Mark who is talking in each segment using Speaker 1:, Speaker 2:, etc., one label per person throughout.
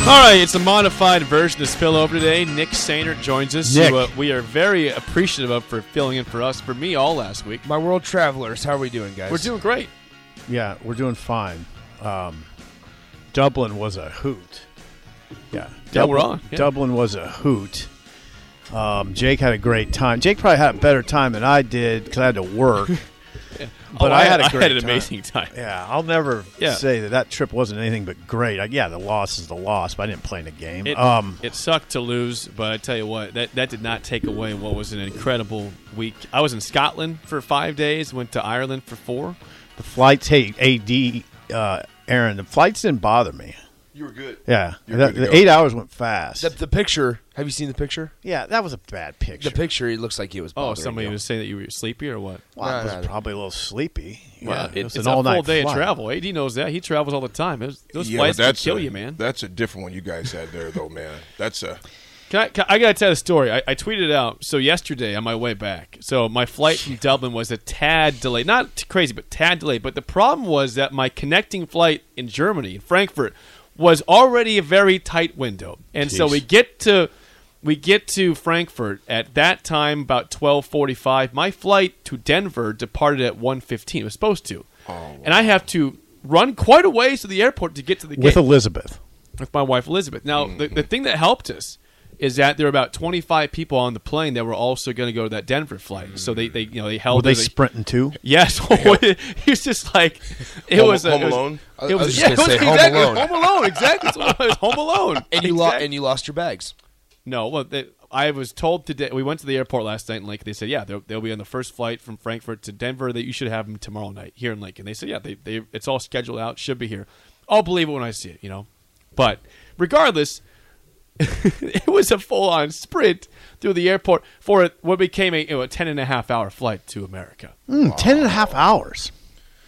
Speaker 1: All right, it's a modified version of Spillover today. Nick Sainert joins us.
Speaker 2: Nick.
Speaker 1: who, uh, we are very appreciative of for filling in for us, for me all last week.
Speaker 2: My world travelers, how are we doing, guys?
Speaker 1: We're doing great.
Speaker 3: Yeah, we're doing fine. Um, Dublin was a hoot. Yeah,
Speaker 1: Yeah, we're
Speaker 3: Dublin-
Speaker 1: on. Yeah.
Speaker 3: Dublin was a hoot. Um, Jake had a great time. Jake probably had a better time than I did because I had to work.
Speaker 1: But
Speaker 3: But
Speaker 1: I,
Speaker 3: I-
Speaker 1: had a
Speaker 3: I
Speaker 1: great
Speaker 3: had
Speaker 1: an
Speaker 3: an
Speaker 1: amazing time.
Speaker 3: yeah, I'll never
Speaker 1: Yeah.
Speaker 3: say that that trip wasn't anything but great. I, yeah, the loss is the loss, but I didn't play in a game.
Speaker 1: It,
Speaker 3: um,
Speaker 1: it sucked to lose, but I tell you what, that, that did not take away what was an incredible week. I was in Scotland for five days, went to Ireland for four.
Speaker 3: the flights. Hey, AD uh, Aaron, the flights didn't bother me.
Speaker 4: You were good.
Speaker 3: Yeah,
Speaker 4: You're
Speaker 3: that-
Speaker 4: good to
Speaker 3: the
Speaker 4: go.
Speaker 3: eight hours went fast.
Speaker 2: the, the picture. Have you seen the picture?
Speaker 3: yeah, that was a bad picture.
Speaker 2: The picture. It looks like he was.
Speaker 1: Oh,
Speaker 2: bothering
Speaker 1: somebody
Speaker 2: you.
Speaker 1: was saying that you were sleepy or what?
Speaker 3: Well, I
Speaker 2: No,
Speaker 3: was
Speaker 2: no, no.
Speaker 3: probably a little sleepy.
Speaker 1: Wow,
Speaker 3: Yeah,
Speaker 1: it-
Speaker 3: it, was
Speaker 1: it's
Speaker 3: an
Speaker 1: a
Speaker 3: all-night
Speaker 1: full day
Speaker 3: flight.
Speaker 1: of travel. AD knows that. He travels all the time. Those, those
Speaker 4: Yeah, but
Speaker 1: flights can
Speaker 4: that's
Speaker 1: kill
Speaker 4: a-
Speaker 1: you, man.
Speaker 4: That's a different one you guys had there, though, man. That's a
Speaker 1: Can I, can, I gotta tell you a story. I, I tweeted it out. So yesterday, on my way back, so my flight from Dublin was a tad delayed. Not t- crazy, but tad delayed. But the problem was that my connecting flight in Germany, in Frankfurt, was already a very tight window, and so
Speaker 3: Jeez.
Speaker 1: we get to we get to Frankfurt at that time about twelve forty five. My flight to Denver departed at one fifteen. It was supposed to,
Speaker 3: Oh,
Speaker 1: and I have to run quite a ways to the airport to get to the
Speaker 3: with
Speaker 1: gate
Speaker 3: Elizabeth.
Speaker 1: with my wife Elizabeth. Now, the, the thing that helped us is that there were about 25 people on the plane that were also going to go to that Denver flight. So they, they you know, Oh, they held.
Speaker 3: Were they
Speaker 1: it-
Speaker 3: sprinting too?
Speaker 1: Yes, he was just like it
Speaker 4: Home-
Speaker 1: was a-
Speaker 4: Home
Speaker 1: it was-
Speaker 4: Alone? I-
Speaker 1: It
Speaker 2: I
Speaker 1: was,
Speaker 2: was just
Speaker 1: yeah,
Speaker 2: gonna
Speaker 1: it was
Speaker 2: say Home
Speaker 1: exactly-
Speaker 2: Alone.
Speaker 1: Home Alone, exactly. That's what it was, Home Alone,
Speaker 2: And you lost.
Speaker 1: Exactly.
Speaker 2: And you lost your bags.
Speaker 1: No, well, they, I was told today. We went to the airport last night in Lincoln. They said, yeah, they'll, they'll be on the first flight from Frankfurt to Denver. That you should have them tomorrow night here in Lincoln. They said, yeah, they, they it's all scheduled out. Should be here. I'll believe it when I see it. You know, but regardless, it was a full on sprint through the airport for what became a, you know, a 10 and a half hour flight to America.
Speaker 3: Mm, Ten and a half hours.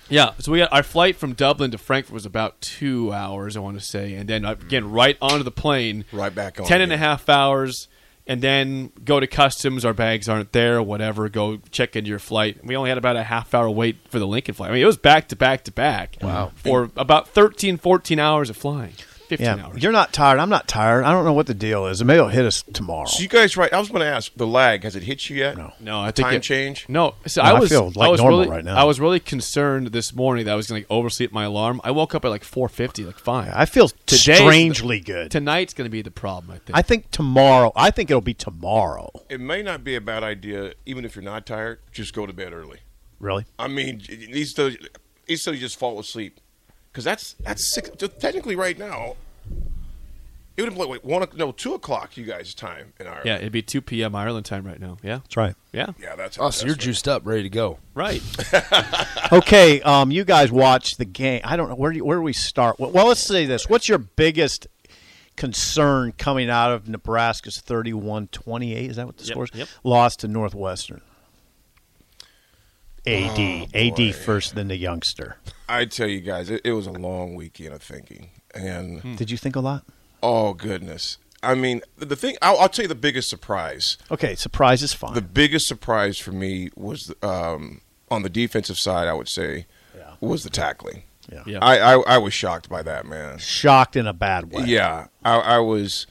Speaker 1: Yeah, so we got our flight from Dublin to Frankfurt was about two hours, I want to say, and then uh, again right onto the plane,
Speaker 4: Right back on
Speaker 1: ten and a
Speaker 4: again.
Speaker 1: half hours, and then go to customs. Our bags aren't there, whatever. Go check into your flight. We only had about a half hour wait for the Lincoln flight. I mean, it was back to back to back. Wow, for about 13, 14 hours of flying, fifteen
Speaker 3: Yeah,
Speaker 1: hours.
Speaker 3: you're not tired. I'm not tired. I don't know what the deal is. Maybe it'll hit us tomorrow.
Speaker 4: So you guys, right? I was going to ask the lag. Has it hit you yet?
Speaker 3: No.
Speaker 1: No, I think
Speaker 4: time
Speaker 1: it-
Speaker 4: change.
Speaker 1: No, so
Speaker 3: No,
Speaker 1: I
Speaker 3: I
Speaker 1: was
Speaker 3: feel like
Speaker 1: I was
Speaker 3: normal
Speaker 1: really,
Speaker 3: right now.
Speaker 1: I was really concerned this morning that I was going to oversleep my alarm. I woke up at like four fifty, like five.
Speaker 3: I feel
Speaker 1: Today's the-
Speaker 3: strangely good.
Speaker 1: Tonight's going to be the problem, I think.
Speaker 3: I think tomorrow. I think it'll be tomorrow.
Speaker 4: It may not be a bad idea, even if you're not tired. Just go to bed early.
Speaker 3: Really?
Speaker 4: I mean, these days, these days you just fall asleep because that's that's six, so technically right now. It would have been like one, o- no, two o'clock, you guys' time in Ireland.
Speaker 1: Yeah, it'd be 2 p.m. Ireland time right now. Yeah.
Speaker 3: That's right.
Speaker 1: Yeah.
Speaker 4: yeah, that's.
Speaker 2: Oh, so you're
Speaker 4: that's-
Speaker 2: juiced up, ready to go.
Speaker 1: Right.
Speaker 3: Okay. Um, you guys watch the game. I don't know where do you, where do we start. Well, well, let's say this. What's your biggest concern coming out of Nebraska's 31-28? Is that what the
Speaker 1: Yep,
Speaker 3: score is?
Speaker 1: yep.
Speaker 3: Loss to Northwestern. AD,
Speaker 1: Oh,
Speaker 3: AD first, then the youngster.
Speaker 4: I tell you guys, it, it was a long weekend of thinking, and
Speaker 3: Did you think a lot?
Speaker 4: oh goodness, I mean, the, the thing I'll, I'll tell you the biggest surprise.
Speaker 3: Okay, surprise is fine.
Speaker 4: The biggest surprise for me was um, on the defensive side. I would say
Speaker 3: Yeah.
Speaker 4: was the tackling.
Speaker 3: yeah.
Speaker 1: Yeah.
Speaker 4: I, I I was shocked by that, man.
Speaker 3: Shocked in a bad way.
Speaker 4: Yeah, I, I was,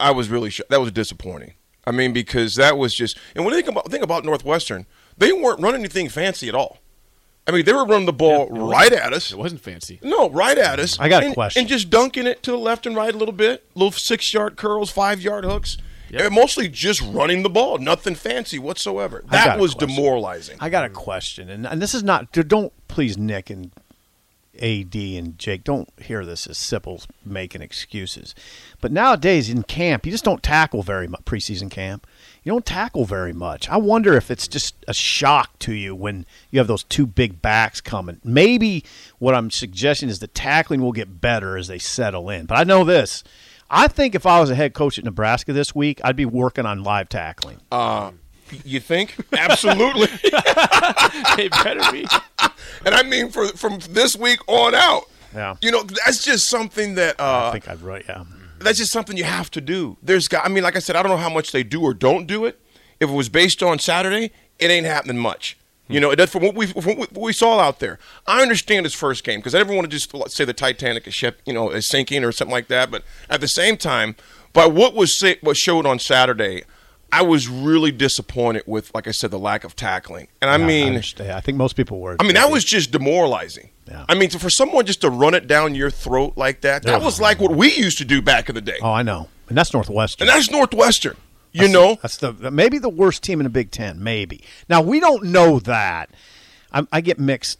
Speaker 4: I was really shocked. That was disappointing. I mean, because that was just. And when you think about think about Northwestern, they weren't running anything fancy at all. I mean, they were running the ball right at us.
Speaker 1: It wasn't fancy.
Speaker 4: No, right at us.
Speaker 3: I got a
Speaker 4: and,
Speaker 3: question.
Speaker 4: And just dunking it to the left and right a little bit, little six yard curls, five yard hooks.
Speaker 1: Yep.
Speaker 4: And mostly just running the ball, nothing fancy whatsoever.
Speaker 3: I got
Speaker 4: That
Speaker 3: a
Speaker 4: was
Speaker 3: question.
Speaker 4: demoralizing.
Speaker 3: I got a question, and, and this is not. Don't please, Nick and AD and Jake, don't hear this as simple making excuses. But nowadays in camp, you just don't tackle very much. Preseason camp, you don't tackle very much. I wonder if it's just a shock to you when you have those two big backs coming. Maybe what I'm suggesting is the tackling will get better as they settle in. But I know this. I think if I was a head coach at Nebraska this week, I'd be working on live tackling.
Speaker 4: you think? Absolutely.
Speaker 1: it better be.
Speaker 4: and I mean for from this week on out.
Speaker 3: Yeah.
Speaker 4: You know, that's just something that uh,
Speaker 3: I think I'd right. Yeah.
Speaker 4: that's just something you have to do. There's got I mean, like I said, I don't know how much they do or don't do it. If it was based on Saturday, it ain't happening much.
Speaker 3: Hmm.
Speaker 4: You know, that's from what we from what we saw out there. I understand his first game because I never want to just say the Titanic is ship, you know, is sinking or something like that. But at the same time, by what was sa- what showed on Saturday, I was really disappointed with, like I said, the lack of tackling. And I mean,
Speaker 3: understand. I think most people were.
Speaker 4: I mean, that was just demoralizing.
Speaker 3: Yeah.
Speaker 4: I mean, to- for someone just to run it down your throat like that, that
Speaker 3: Yeah.
Speaker 4: was like what we used to do back in the day.
Speaker 3: Oh, I know, and that's Northwestern.
Speaker 4: And that's Northwestern. You know,
Speaker 3: That's the maybe the worst team in the Big Ten. Maybe now we don't know that. I, I get mixed.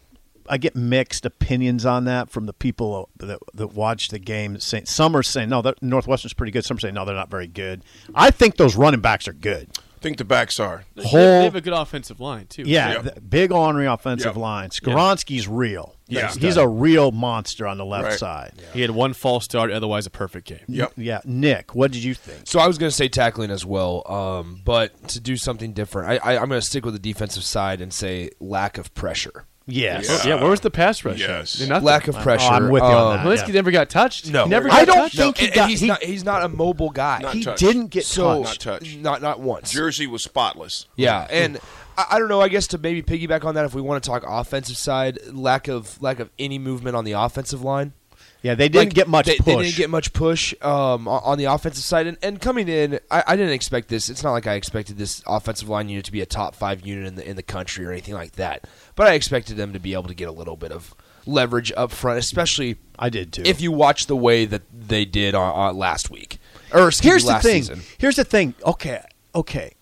Speaker 3: I get mixed opinions on that from the people that, that watch the game. Saying, some are saying no, that Northwestern's pretty good. Some are saying no, they're not very good. I think those running backs are good.
Speaker 4: I think the backs are.
Speaker 1: They- they-
Speaker 3: Whole-
Speaker 1: they have a good offensive line too.
Speaker 3: Yeah,
Speaker 4: Yep.
Speaker 3: the big ornery offensive
Speaker 4: Yep.
Speaker 3: line. Skaronski's real.
Speaker 4: Yeah.
Speaker 3: he's, he's a real monster on the left
Speaker 4: Right.
Speaker 3: side.
Speaker 1: He had one false start, otherwise a perfect game.
Speaker 4: Yep.
Speaker 3: Yeah, Nick, what did you think?
Speaker 2: So I was going to say tackling as well, um, but to do something different, I, I, I'm going to stick with the defensive side and say lack of pressure.
Speaker 3: Yes.
Speaker 1: Oh, Yeah, where was the pass rush?
Speaker 4: Yes.
Speaker 1: Nothing. Oh,
Speaker 2: Lack of pressure. um,
Speaker 3: I'm with you on that.
Speaker 1: Malinsky
Speaker 3: Yeah.
Speaker 1: never got touched.
Speaker 2: No,
Speaker 1: he never got
Speaker 2: I don't
Speaker 1: touched.
Speaker 2: think
Speaker 3: No,
Speaker 2: he
Speaker 3: and-
Speaker 2: got.
Speaker 3: and he's
Speaker 2: He's not.
Speaker 3: not-
Speaker 2: He's not a mobile guy.
Speaker 4: Not
Speaker 3: He
Speaker 4: touched.
Speaker 3: didn't get
Speaker 2: so
Speaker 3: touched.
Speaker 4: Not touched.
Speaker 2: Not not once.
Speaker 4: Jersey was spotless.
Speaker 2: Yeah, and I, I don't know. I guess to maybe piggyback on that, if we want to talk offensive side, lack of lack of any movement on the offensive line.
Speaker 3: Yeah, they didn't
Speaker 2: Like,
Speaker 3: get much
Speaker 2: They,
Speaker 3: push.
Speaker 2: they didn't get much push um, o- on the offensive side, and, and coming in, I, I didn't expect this. It's not like I expected this offensive line unit to be a top five unit in the in the country or anything like that. But I expected them to be able to get a little bit of leverage up front, especially
Speaker 3: I did too.
Speaker 2: if you watch the way that they did on, on last week or excuse me,
Speaker 3: here's
Speaker 2: last
Speaker 3: the thing.
Speaker 2: season.
Speaker 3: Here's the thing. Okay, okay.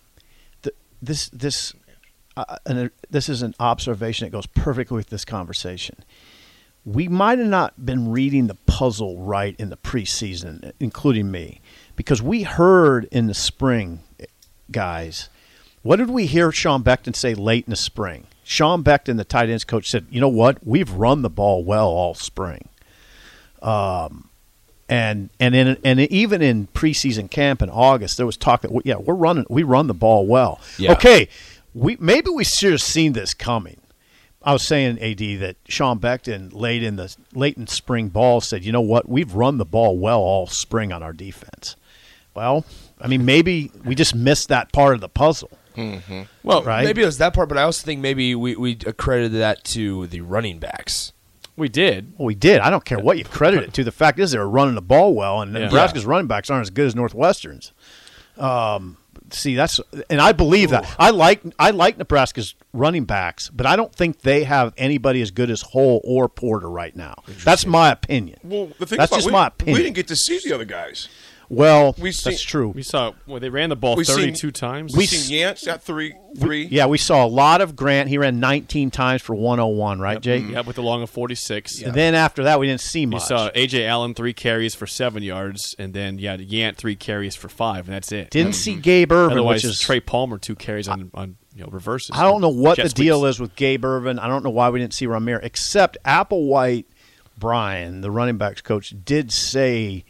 Speaker 3: The, this this uh, and uh, this is an observation that goes perfectly with this conversation. We might have not been reading the puzzle right in the preseason, including me, because we heard in the spring, guys. What did we hear Sean Beckton say late in the spring? Sean Beckton, the tight ends coach, said, "You know what? We've run the ball well all spring." and and in and even in preseason camp in August, there was talk that yeah, we're running, we run the ball well.
Speaker 2: Yeah.
Speaker 3: Okay, we maybe we should have seen this coming. I was saying, Ad, that Sean Beckton late in the late in spring ball said, you know what, we've run the ball well all spring on our defense. Well, I mean, maybe we just missed that part of the puzzle.
Speaker 1: Well,
Speaker 3: Right.
Speaker 2: Maybe it was that part, but I also think maybe we, we accredited that to the running backs.
Speaker 1: we did.
Speaker 3: Well, we did. I don't care what you credit it to. The fact is, they were running the ball well, and
Speaker 1: Yeah.
Speaker 3: Nebraska's running backs aren't as good as Northwestern's. Um, see, that's and I believe that. I like I like Nebraska's running backs, but I don't think they have anybody as good as Hole or Porter right now. That's my opinion.
Speaker 4: Well, the thing
Speaker 3: that's
Speaker 4: about
Speaker 3: just
Speaker 4: we,
Speaker 3: my
Speaker 4: we
Speaker 3: opinion.
Speaker 4: didn't get to see the other guys.
Speaker 3: well,
Speaker 4: we see-
Speaker 3: that's true.
Speaker 1: We saw well, they ran the ball
Speaker 4: We've seen-
Speaker 1: 32 times.
Speaker 4: We seen Yance at three, three.
Speaker 3: yeah, we saw a lot of Grant. He ran 19 times for 101, right, Jake?
Speaker 1: Mm-hmm. yeah, with the long of 46.
Speaker 4: Mm-hmm.
Speaker 3: And then after that, we didn't see
Speaker 1: You
Speaker 3: much.
Speaker 1: saw AJ Allen three carries for seven yards, and then yeah, Yant three carries for five, and that's it.
Speaker 3: didn't see Gabe Irvin,
Speaker 1: Otherwise,
Speaker 3: which is
Speaker 1: Trey Palmer two carries on, on you know reverses.
Speaker 3: I don't know what
Speaker 1: Jet
Speaker 3: the
Speaker 1: sweeps.
Speaker 3: deal is with Gabe Irvin. I don't know why we didn't see Ramir, except Applewhite Brian, the running backs coach, did say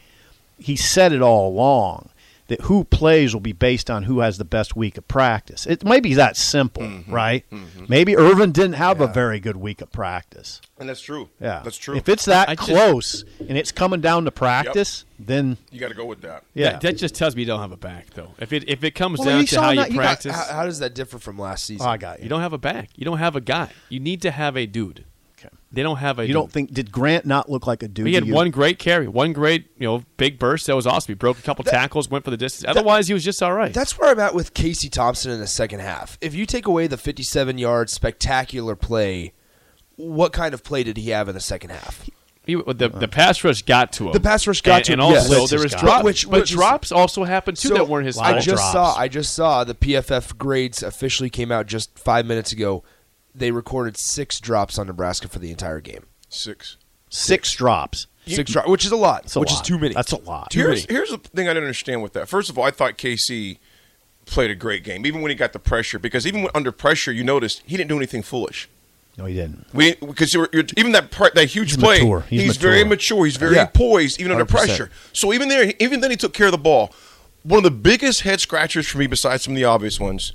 Speaker 3: he said it all along that who plays will be based on who has the best week of practice. It may be that simple,
Speaker 1: Mm-hmm.
Speaker 3: right? Maybe Irvin didn't have a very good week of practice.
Speaker 4: and that's true.
Speaker 3: Yeah,
Speaker 4: that's true.
Speaker 3: If it's that
Speaker 1: I just-
Speaker 3: close and it's coming down to practice, then
Speaker 4: you got to go with that.
Speaker 3: yeah,
Speaker 1: That, that just tells me you don't have a back though. If it if it comes
Speaker 3: Well,
Speaker 1: down
Speaker 3: you
Speaker 1: to
Speaker 3: saw
Speaker 1: how
Speaker 3: that-
Speaker 1: you
Speaker 3: you got-
Speaker 1: practice,
Speaker 2: How, how does that differ from last
Speaker 3: Oh,
Speaker 2: season?
Speaker 3: I got you.
Speaker 1: you don't have a back. You don't have a guy. You need to have a dude.
Speaker 3: Okay.
Speaker 1: They don't have a.
Speaker 3: You don't think did Grant not look like a dude?
Speaker 1: He
Speaker 3: to
Speaker 1: had
Speaker 3: you?
Speaker 1: one great carry, one great you know big burst. That was awesome. He broke a couple tackles, went for the distance. Otherwise, he was just all right.
Speaker 2: That's where I'm at with Casey Thompson in the second half. If you take away the 57 yard spectacular play, what kind of play did he have in the second half?
Speaker 1: He, the, the pass rush got to him.
Speaker 2: The pass rush got
Speaker 1: and,
Speaker 2: to him,
Speaker 1: And also,
Speaker 2: yes.
Speaker 1: there was
Speaker 3: Blitzes got
Speaker 1: drops.
Speaker 2: him. Which-
Speaker 1: Which, but
Speaker 2: which-
Speaker 1: drops also happened, too, that weren't his
Speaker 2: I
Speaker 1: fault.
Speaker 2: just
Speaker 3: drops.
Speaker 2: saw. I just saw the PFF grades officially came out just five minutes ago. They recorded six drops on Nebraska for the entire game.
Speaker 4: Six.
Speaker 3: six drops.
Speaker 2: Six drops, which is a lot.
Speaker 3: That's a
Speaker 2: which
Speaker 3: lot.
Speaker 2: is too many.
Speaker 3: That's a lot.
Speaker 2: Too
Speaker 4: here's,
Speaker 2: many.
Speaker 4: here's the thing I didn't understand with that. First of all, I thought KC played a great game, even when he got the pressure, because even when under pressure, you noticed he didn't do anything foolish.
Speaker 3: No, he didn't.
Speaker 4: We because you were, you're, even that part, that huge
Speaker 3: He's
Speaker 4: play,
Speaker 3: mature. He's
Speaker 4: very
Speaker 3: mature.
Speaker 4: mature. He's very
Speaker 2: Yeah.
Speaker 4: poised, even under
Speaker 2: 100%.
Speaker 4: pressure. So even there, even then, he took care of the ball. One of the biggest head scratchers for me, besides some of the obvious ones,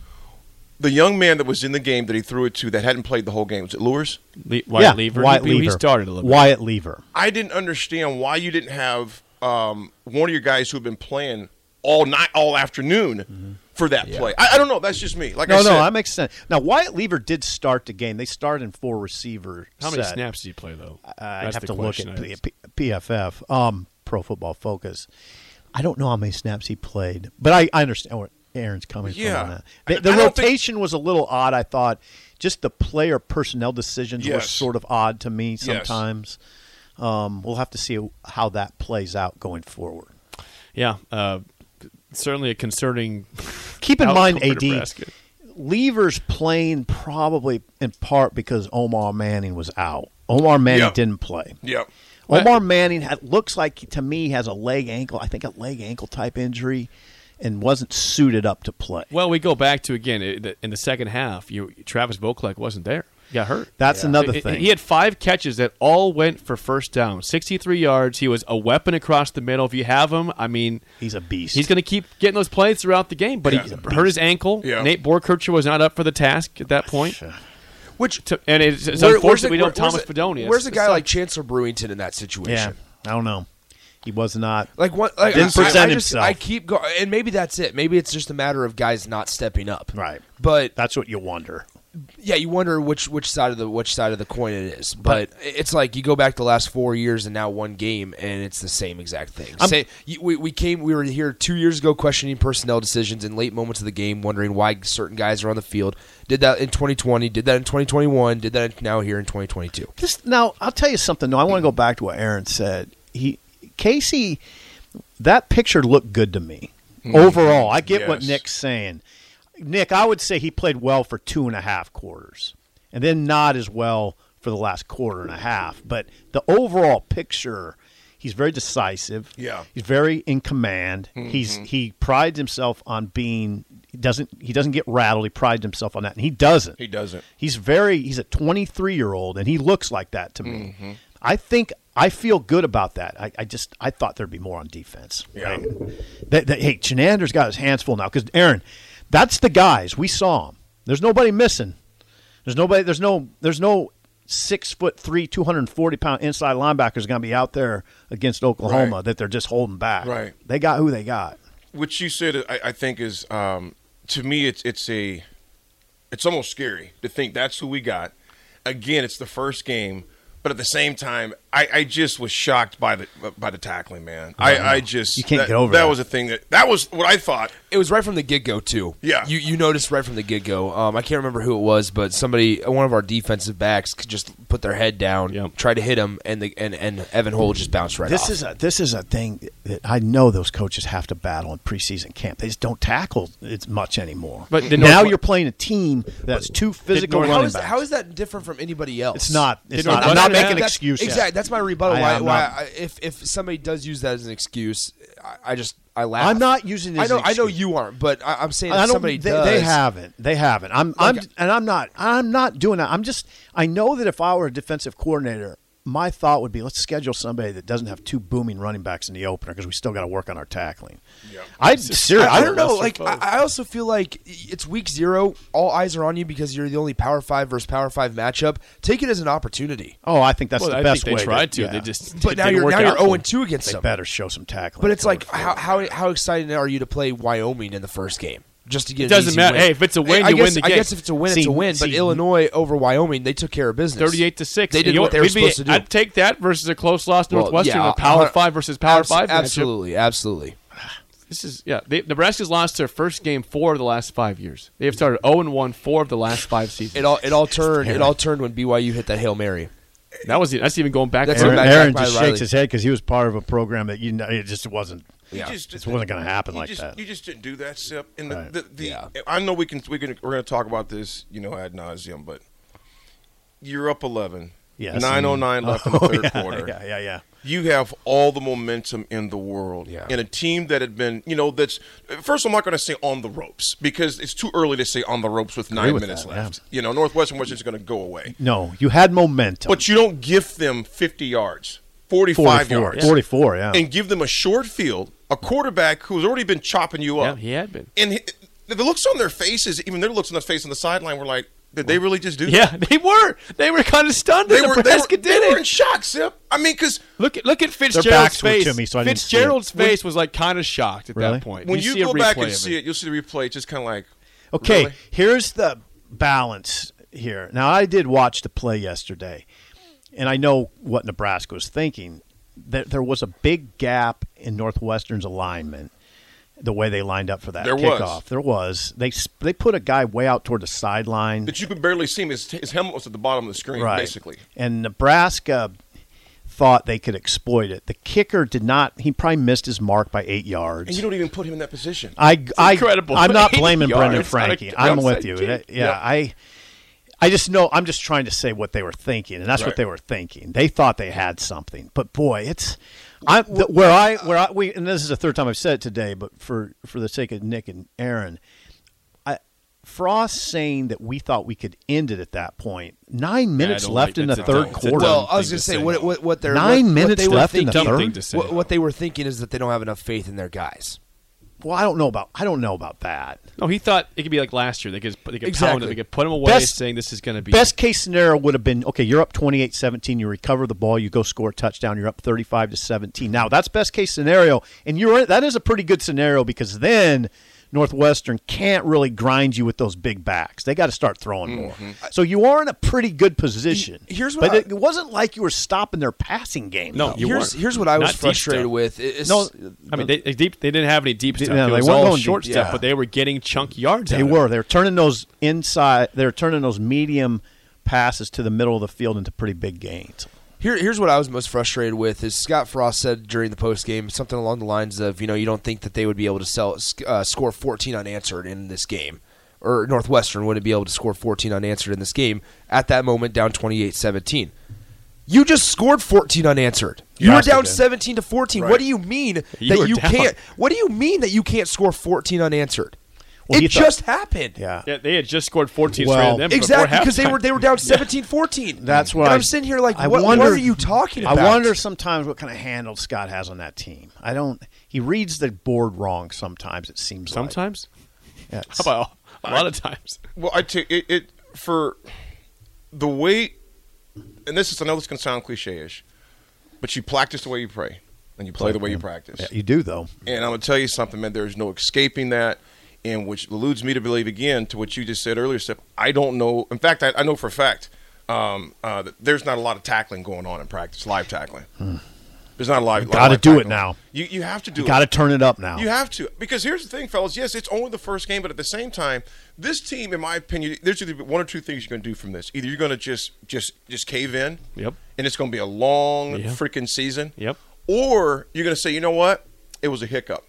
Speaker 4: the young man that was in the game that he threw it to that hadn't played the whole game. Was it Lures?
Speaker 1: Le- Wyatt Lever.
Speaker 3: Wyatt
Speaker 1: he,
Speaker 3: Lever.
Speaker 1: He started a little bit.
Speaker 3: Wyatt Lever.
Speaker 4: I didn't understand why you didn't have um, one of your guys who've been playing all night, all afternoon for that play. I, I don't know. That's just me. Like
Speaker 3: Mm-hmm.
Speaker 4: I
Speaker 3: No,
Speaker 4: said,
Speaker 3: no, that makes sense. Now Wyatt Lever did start the game. They started in four receiver.
Speaker 1: How many
Speaker 3: set.
Speaker 1: snaps do you play though?
Speaker 3: I
Speaker 1: That's
Speaker 3: "Uh, have
Speaker 1: the
Speaker 3: to look
Speaker 1: question
Speaker 3: at
Speaker 1: I
Speaker 3: P-
Speaker 1: asked.
Speaker 3: P- PFF, um, Pro Football Focus. I don't know how many snaps he played, but I, I understand where Aaron's coming
Speaker 4: Yeah.
Speaker 3: from. On
Speaker 4: I-
Speaker 3: that. The, the
Speaker 4: I don't think-
Speaker 3: rotation was a little odd. I thought just the player personnel decisions were
Speaker 4: Yes.
Speaker 3: sort of odd to me sometimes. Um, we'll have to see how that plays out going forward.
Speaker 1: Yeah, uh, certainly a concerning.
Speaker 3: Keep in
Speaker 1: outcome
Speaker 3: mind,
Speaker 1: for
Speaker 3: AD
Speaker 1: Nebraska.
Speaker 3: Lever's playing probably in part because Omar Manning was out. Omar Manning
Speaker 4: Yeah.
Speaker 3: didn't play.
Speaker 4: Yeah.
Speaker 3: Omar Manning had, looks like to me has a leg ankle, I think a leg ankle type injury, and wasn't suited up to play.
Speaker 1: Well, we go back to again it- the- in the second half. You Travis Boklek wasn't there. He got hurt.
Speaker 3: That's another
Speaker 1: He-
Speaker 3: thing.
Speaker 1: He had five catches that all went for first down, sixty-three yards. He was a weapon across the middle. If you have him, I mean,
Speaker 3: he's a beast.
Speaker 1: He's going to keep getting those plays throughout the game, but
Speaker 4: Yeah.
Speaker 1: he hurt his ankle.
Speaker 4: Yeah.
Speaker 1: Nate Borkircher was not up for the task at that point.
Speaker 2: Which
Speaker 1: To- and it's, it's
Speaker 2: where- where's
Speaker 1: unfortunate
Speaker 2: the-
Speaker 1: we
Speaker 2: where-
Speaker 1: don't have Thomas
Speaker 2: where's the-
Speaker 1: Fedonius.
Speaker 2: Where's a
Speaker 1: It
Speaker 2: guy like
Speaker 1: sucks.
Speaker 2: Chad Brewington in that situation?
Speaker 3: yeah, I don't know. He was not.
Speaker 2: Like what? Like,
Speaker 3: Didn't
Speaker 2: I, I
Speaker 3: present
Speaker 2: just,
Speaker 3: himself.
Speaker 2: I keep going, and maybe that's it. Maybe it's just a matter of guys not stepping up.
Speaker 3: Right.
Speaker 2: But
Speaker 3: That's what you wonder.
Speaker 2: yeah, you wonder which which side of the which side of the coin it is. But it's like you go back the last four years and now one game, and it's the same exact thing. Say, you, we we came we were here two years ago questioning personnel decisions in late moments of the game, wondering why certain guys are on the field. Did that in 2020. Did that in 2021. Did that now here in 2022.
Speaker 3: This now, I'll tell you something. though. I want to go back to what Aaron said. He Casey, that picture looked good to me overall. I get what
Speaker 4: Mm-hmm. yes.
Speaker 3: Nick's saying. Nick, I would say he played well for two and a half quarters, and then not as well for the last quarter and a half. But the overall picture, he's very decisive.
Speaker 4: Yeah. Mm-hmm.
Speaker 3: he's very in command. He's he prides himself on being. He doesn't he doesn't get rattled. He prides himself on that, and he doesn't.
Speaker 4: He doesn't.
Speaker 3: He's very he's a 23 year old and he looks like that to me. I think I feel good about that. I, I just I thought there'd be more on defense.
Speaker 4: Yeah.
Speaker 3: Like, that, that, hey, Chenander's got his hands full now because Aaron, that's the guys we saw him. There's nobody missing. There's nobody. There's no. There's no six foot three, 240 pound inside linebackers going to be out there against Oklahoma
Speaker 4: Right.
Speaker 3: that they're just holding back.
Speaker 4: Right.
Speaker 3: They got who they got.
Speaker 4: What you said, I, I think, is um, to me, it's it's a, it's almost scary to think that's who we got. Again, it's the first game, but at the same time, I, I just was shocked by the by the tackling, man. I, I just
Speaker 3: You can't
Speaker 4: that,
Speaker 3: get over
Speaker 4: that
Speaker 3: that.
Speaker 4: was a thing that that was what I thought.
Speaker 2: It was right from the get go too.
Speaker 4: Yeah.
Speaker 2: you you noticed right from the get go. Um, I can't remember who it was, but somebody, one of our defensive backs, could just put their head down,
Speaker 1: Yep.
Speaker 2: try to hit him, and the and, and Evan Hole just bounced right
Speaker 3: This
Speaker 2: off.
Speaker 3: is a this is a thing that I know those coaches have to battle in preseason camp. They just don't tackle it much anymore.
Speaker 1: But did
Speaker 3: now
Speaker 1: North-
Speaker 3: you're playing a team that's two physical
Speaker 1: North-
Speaker 2: how
Speaker 3: running
Speaker 2: is,
Speaker 3: backs.
Speaker 2: how is that different from anybody else?
Speaker 3: It's not. It's
Speaker 1: Did
Speaker 3: not. I'm
Speaker 1: Northwestern
Speaker 3: not
Speaker 1: have-
Speaker 3: making
Speaker 1: That's-
Speaker 3: excuses.
Speaker 2: Exactly. That's my rebuttal.
Speaker 3: I
Speaker 2: why?
Speaker 3: am
Speaker 2: why
Speaker 3: not-
Speaker 2: I, if if somebody does use that as an excuse, I, I just I laugh.
Speaker 3: I'm not using it
Speaker 2: I
Speaker 3: as
Speaker 2: know.
Speaker 3: an
Speaker 2: I know
Speaker 3: excuse.
Speaker 2: you aren't, but I, I'm saying
Speaker 3: I
Speaker 2: if
Speaker 3: don't.
Speaker 2: somebody
Speaker 3: They,
Speaker 2: does.
Speaker 3: they haven't. They haven't. I'm. I'm.
Speaker 2: Like-
Speaker 3: And I'm not. I'm not doing that. I'm just. I know that if I were a defensive coordinator, my thought would be let's schedule somebody that doesn't have two booming running backs in the opener because we still got to work on our tackling. I seriously.
Speaker 2: I, I don't know.
Speaker 1: Lester
Speaker 2: Like I,
Speaker 1: Foes.
Speaker 2: I also feel like it's week zero. All eyes are on you because you're the only Power Five versus Power Five matchup. Take it as an opportunity.
Speaker 3: Oh, I think that's
Speaker 1: Well,
Speaker 3: the
Speaker 1: I
Speaker 3: best
Speaker 1: think
Speaker 3: way.
Speaker 1: they tried to.
Speaker 3: yeah.
Speaker 1: They just
Speaker 2: But
Speaker 1: it
Speaker 2: now
Speaker 1: didn't
Speaker 2: you're
Speaker 1: work
Speaker 2: now
Speaker 1: out
Speaker 2: you're
Speaker 1: for
Speaker 2: zero
Speaker 1: them.
Speaker 2: two against
Speaker 3: They
Speaker 2: them.
Speaker 3: better show some tackling.
Speaker 2: But it's
Speaker 3: going
Speaker 2: like
Speaker 3: forward.
Speaker 2: how, how how excited are you to play Wyoming in the first game? Just to get it
Speaker 1: doesn't matter. Hey, if it's a win,
Speaker 2: I
Speaker 1: you
Speaker 2: guess,
Speaker 1: win the
Speaker 2: I
Speaker 1: game.
Speaker 2: guess if it's a win,
Speaker 3: See,
Speaker 2: it's a win. but
Speaker 3: see-
Speaker 2: Illinois over Wyoming, they took care of business.
Speaker 1: Thirty-eight to six.
Speaker 2: They
Speaker 1: And
Speaker 2: did
Speaker 1: you know
Speaker 2: what they were
Speaker 1: we'd be-
Speaker 2: supposed to do.
Speaker 1: I'd take that versus a close loss to
Speaker 2: Well,
Speaker 1: Northwestern,
Speaker 2: yeah,
Speaker 1: a Power
Speaker 2: uh,
Speaker 1: Five versus Power
Speaker 2: abs-
Speaker 1: Five. matchup.
Speaker 2: Absolutely, absolutely.
Speaker 1: This is yeah. They, Nebraska's lost their first game four of the last five years. They have started zero and one four of the last five seasons.
Speaker 2: It all it all turned it all turned when BYU hit that hail mary.
Speaker 1: that was that's even going back.
Speaker 2: That's
Speaker 1: further.
Speaker 3: Aaron,
Speaker 2: back-
Speaker 3: Aaron
Speaker 2: back by
Speaker 3: just
Speaker 2: Riley.
Speaker 3: shakes his head because he was part of a program that you know it just wasn't.
Speaker 4: You
Speaker 3: Yeah, it wasn't going to happen
Speaker 4: you
Speaker 3: like
Speaker 4: just-
Speaker 3: that.
Speaker 4: You just didn't do that, Sip. And the,
Speaker 3: Right.
Speaker 4: the, the
Speaker 2: Yeah.
Speaker 4: I know we can we can we're going to talk about this, you know, ad nauseum, but you're up eleven.
Speaker 3: Yes.
Speaker 4: Nine oh nine left in the third quarter.
Speaker 3: Yeah, yeah, yeah.
Speaker 4: You have all the momentum in the world,
Speaker 2: Yeah.
Speaker 4: and a team that had been, you know, that's first. I'm not going to say on the ropes because it's too early to say on the ropes with nine
Speaker 3: with
Speaker 4: minutes
Speaker 3: that,
Speaker 4: left. You know, Northwestern was just going to go away,
Speaker 3: No, you had momentum.
Speaker 4: but you don't give them 50 yards, 45
Speaker 3: 44,
Speaker 4: yards,
Speaker 3: 44, yeah.
Speaker 4: and give them a short field, a quarterback who's already been chopping you
Speaker 1: Yeah,
Speaker 4: up.
Speaker 1: he had been.
Speaker 4: And he, the looks on their faces, even their looks on their face on the sideline were like, Did they really just do that?
Speaker 1: Yeah, they were. They were kind of stunned
Speaker 4: They
Speaker 1: that
Speaker 4: were, they, were,
Speaker 1: Nebraska
Speaker 4: they
Speaker 1: did
Speaker 4: were in
Speaker 1: it.
Speaker 4: shock, Sip. I mean, because
Speaker 1: Look at look at
Speaker 3: backs
Speaker 1: Fitzgerald's
Speaker 3: were
Speaker 1: face.
Speaker 3: to me, so I didn't see it.
Speaker 1: Fitzgerald's face was like kind of shocked at
Speaker 3: Really?
Speaker 1: that point.
Speaker 4: when
Speaker 1: you,
Speaker 4: you,
Speaker 1: see a
Speaker 4: go back
Speaker 1: replay
Speaker 4: and
Speaker 1: of
Speaker 4: see it, you'll see the replay. It's just kind of like,
Speaker 3: Okay,
Speaker 4: Really?
Speaker 3: here's the balance here. Now, I did watch the play yesterday, and I know what Nebraska was thinking. There, there was a big gap in Northwestern's alignment, the way they lined up for that
Speaker 4: There was.
Speaker 3: kickoff. There was. They s- they put a guy way out toward the sideline.
Speaker 4: that you could barely see him. His, his helmet was at the bottom of the screen, basically.
Speaker 3: And Nebraska thought they could exploit it. The kicker did not. He probably missed his mark by eight yards.
Speaker 4: And you don't even put him in that position.
Speaker 3: I, I,
Speaker 1: incredible.
Speaker 3: I'm not
Speaker 1: Eight
Speaker 3: blaming
Speaker 1: yards.
Speaker 3: Brendan
Speaker 1: It's not a
Speaker 3: Frankie.
Speaker 1: outside
Speaker 3: I'm with you.
Speaker 1: kick.
Speaker 3: That- yeah,
Speaker 4: Yep.
Speaker 3: I, I just know. I'm just trying to say what they were thinking, and that's what
Speaker 4: Right.
Speaker 3: they were thinking. They thought they had something, but boy, it's. I the, where I
Speaker 1: uh,
Speaker 3: where I we and this is the third time I've said it today, but for for the sake of Nick and Aaron, I Frost saying that we thought we could end it at that point. Nine minutes
Speaker 1: don't like-
Speaker 3: left in the
Speaker 1: that's a
Speaker 3: third
Speaker 1: dumb- it's a uh,
Speaker 3: quarter.
Speaker 1: dumb
Speaker 2: Well, I
Speaker 1: thing
Speaker 2: was
Speaker 1: to
Speaker 2: going to say
Speaker 1: say.
Speaker 2: what what what they're
Speaker 3: Nine
Speaker 2: what- what
Speaker 3: minutes
Speaker 2: they were
Speaker 3: left in the
Speaker 1: Dumb
Speaker 2: thinking-
Speaker 1: thing to say.
Speaker 2: What, what they were thinking is that they don't have enough faith in their guys.
Speaker 3: well, I don't know about I don't know about that.
Speaker 1: it. No, he thought it could be like last year. They could they could pound
Speaker 2: Exactly.
Speaker 1: him. They could put him away,
Speaker 3: Best-
Speaker 1: saying this is going to be
Speaker 3: Best case scenario would have been okay, you're up 28 17, you recover the ball, you go score a touchdown, you're up 35 to 17. Now, that's best case scenario, and you're that is a pretty good scenario because then Northwestern can't really grind you with those big backs. They got to start throwing more.
Speaker 1: Mm-hmm.
Speaker 3: So you are in a pretty good position.
Speaker 2: Y- here's
Speaker 3: but
Speaker 2: what I-
Speaker 3: it wasn't like you were stopping their passing game.
Speaker 1: No,
Speaker 3: though.
Speaker 1: you
Speaker 2: here's
Speaker 1: weren't.
Speaker 2: here's what I was
Speaker 1: Not deep
Speaker 2: frustrated
Speaker 1: stuff.
Speaker 2: with. It's,
Speaker 3: No,
Speaker 1: I mean, they, they deep. They didn't have any deep stuff. it
Speaker 3: Yeah, they
Speaker 1: was
Speaker 3: weren't
Speaker 1: all
Speaker 3: going deep.
Speaker 1: short stuff,
Speaker 2: Yeah.
Speaker 1: but they were getting chunk yards. out
Speaker 3: They
Speaker 1: of it.
Speaker 3: were. They were turning those inside. They were turning those medium passes to the middle of the field into pretty big gains.
Speaker 2: Here, here's what I was most frustrated with is Scott Frost said during the post game something along the lines of, you know, you don't think that they would be able to sell sc- uh, score 14 unanswered in this game, or Northwestern wouldn't be able to score 14 unanswered in this game at that moment down 28-17. You just scored 14 unanswered. You were
Speaker 3: Nebraska
Speaker 2: down
Speaker 3: did.
Speaker 2: 17 to 14. What do you mean
Speaker 1: You were
Speaker 2: that you
Speaker 1: down.
Speaker 2: can't? What do you mean that you can't score 14 unanswered?
Speaker 3: Well, he
Speaker 2: it
Speaker 3: thought-
Speaker 2: just happened.
Speaker 3: Yeah.
Speaker 1: Yeah, they had just scored 14
Speaker 3: Well,
Speaker 1: straight. at them before
Speaker 2: Exactly, because they
Speaker 1: halftime.
Speaker 2: were they were down 17-14.
Speaker 3: That's what
Speaker 2: and
Speaker 3: I-
Speaker 2: I'm sitting here like,
Speaker 3: I
Speaker 2: what,
Speaker 3: wonder-
Speaker 2: what are you talking about?
Speaker 3: I wonder sometimes what kind of handle Scott has on that team. I don't. He reads the board wrong sometimes. It seems
Speaker 1: sometimes.
Speaker 3: Like. Yeah, it's-
Speaker 1: How about a lot of times?
Speaker 4: Well, I tell it, it for the way, and this is I know this can sound cliche-ish, but you practice the way you pray, and you play the way you practice.
Speaker 3: Mm. Yeah, you do though.
Speaker 4: And I'm gonna tell you something, man. There's no escaping that, and which eludes me to believe again to what you just said earlier. Step, I don't know. In fact, I, I know for a fact um, uh, that there's not a lot of tackling going on in practice, live tackling. There's not a lot. lot of
Speaker 3: Hmm. gotta
Speaker 4: live
Speaker 3: do it
Speaker 4: tackling.
Speaker 3: now.
Speaker 4: You you have to do
Speaker 3: You
Speaker 4: it.
Speaker 3: got to turn it up now.
Speaker 4: You have to because here's the thing, fellas. Yes, it's only the first game, but at the same time, this team, in my opinion, there's either one or two things you're going to do from this. Either you're going to just just just cave in,
Speaker 1: Yep.
Speaker 4: and it's going to be a long
Speaker 1: Yeah.
Speaker 4: freaking season,
Speaker 1: Yep.
Speaker 4: or you're going to say, you know what, it was a hiccup,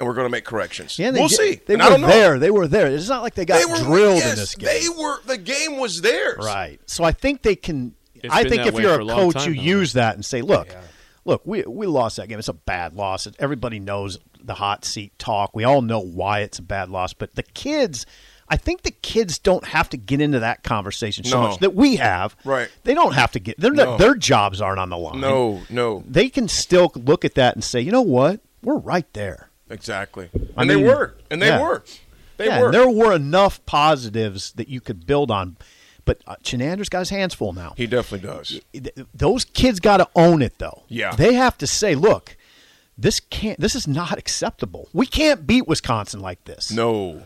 Speaker 4: and we're going to make corrections.
Speaker 3: Yeah, they
Speaker 4: we'll
Speaker 3: get-
Speaker 4: see.
Speaker 3: They
Speaker 4: And
Speaker 3: were
Speaker 4: I don't know.
Speaker 3: there. They were there. It's not like they got
Speaker 4: They were
Speaker 3: drilled
Speaker 4: yes,
Speaker 3: in this game.
Speaker 4: They were. The game was theirs.
Speaker 3: Right. So I think they can.
Speaker 1: It's
Speaker 3: I
Speaker 1: been
Speaker 3: think
Speaker 1: that
Speaker 3: if
Speaker 1: way
Speaker 3: you're
Speaker 1: for a
Speaker 3: a
Speaker 1: long
Speaker 3: coach,
Speaker 1: time
Speaker 3: you
Speaker 1: now.
Speaker 3: use that and say, "Look, look, we we lost that game. It's a bad loss. Everybody knows the hot seat talk. We all know why it's a bad loss. But the kids." I think the kids don't have to get into that conversation so
Speaker 4: No.
Speaker 3: much that we have.
Speaker 4: Right.
Speaker 3: They don't have to get their
Speaker 4: No.
Speaker 3: their jobs aren't on the line.
Speaker 4: No, no,
Speaker 3: They can still look at that and say, "You know what? We're right there."
Speaker 4: exactly.
Speaker 3: I mean,
Speaker 4: and they were. And they
Speaker 3: yeah.
Speaker 4: were. They
Speaker 3: yeah, and
Speaker 4: were.
Speaker 3: there were enough positives that you could build on. But uh, Chenander's got his hands full now.
Speaker 4: he definitely does.
Speaker 3: th- those kids got to own it though.
Speaker 4: Yeah.
Speaker 3: They have to say, look, this can't this is not acceptable. We can't beat Wisconsin like this.
Speaker 4: No.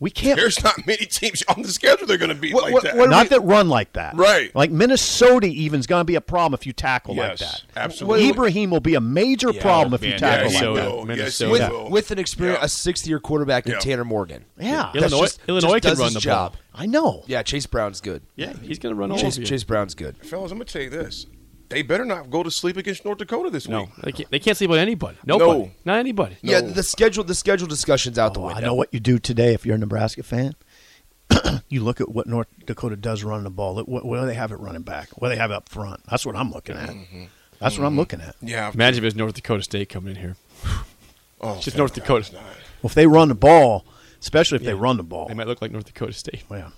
Speaker 3: We can't
Speaker 4: There's not many teams on the schedule they're going to be
Speaker 2: What-
Speaker 4: like
Speaker 2: what-
Speaker 4: that.
Speaker 2: what-
Speaker 3: not that run like that.
Speaker 4: Right.
Speaker 3: Like Minnesota even's going to be a problem if you tackle
Speaker 4: Yes,
Speaker 3: like that.
Speaker 4: absolutely.
Speaker 3: Ibrahim will be a major problem if you
Speaker 1: man,
Speaker 3: tackle
Speaker 1: yeah,
Speaker 3: like
Speaker 1: so-
Speaker 3: that.
Speaker 1: Minnesota.
Speaker 2: with,
Speaker 4: Minnesota.
Speaker 2: with an experience, a sixth year quarterback in
Speaker 4: Yeah.
Speaker 2: Tanner Morgan.
Speaker 1: Illinois,
Speaker 3: Yeah.
Speaker 2: That's just-
Speaker 1: Illinois
Speaker 2: just
Speaker 1: can
Speaker 2: does
Speaker 1: run
Speaker 2: his
Speaker 1: the
Speaker 2: job.
Speaker 1: ball.
Speaker 3: I know.
Speaker 2: Yeah, Chase Brown's good.
Speaker 1: Yeah, he's going to run all
Speaker 2: Chase,
Speaker 1: over you.
Speaker 2: Chase Brown's good.
Speaker 4: Fellas, I'm going to tell you this. They better not go to sleep against North Dakota this
Speaker 1: No,
Speaker 4: week.
Speaker 1: they can't, they can't sleep on anybody. Nobody. Not anybody.
Speaker 2: Yeah, the schedule the schedule discussion's out the
Speaker 3: Oh,
Speaker 2: window.
Speaker 3: I know what you do today if you're a Nebraska fan. you look at what North Dakota does running the ball. Look, What, what do they have it running back? What do they have up front? That's what I'm looking at. That's what I'm looking at.
Speaker 4: Yeah.
Speaker 1: Imagine if it was North Dakota State coming in here.
Speaker 4: Oh,
Speaker 1: Just
Speaker 4: thank
Speaker 1: North
Speaker 4: God
Speaker 1: Dakota.
Speaker 4: it's not.
Speaker 3: Well, if they run the ball, especially if they run the ball,
Speaker 1: They might look like North Dakota State.
Speaker 3: well,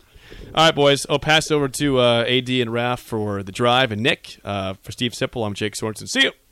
Speaker 1: All right, boys. I'll pass it over to uh, AD and Raf for the drive, and Nick uh, for Steve Sipple. I'm Jake Sorensen. See you.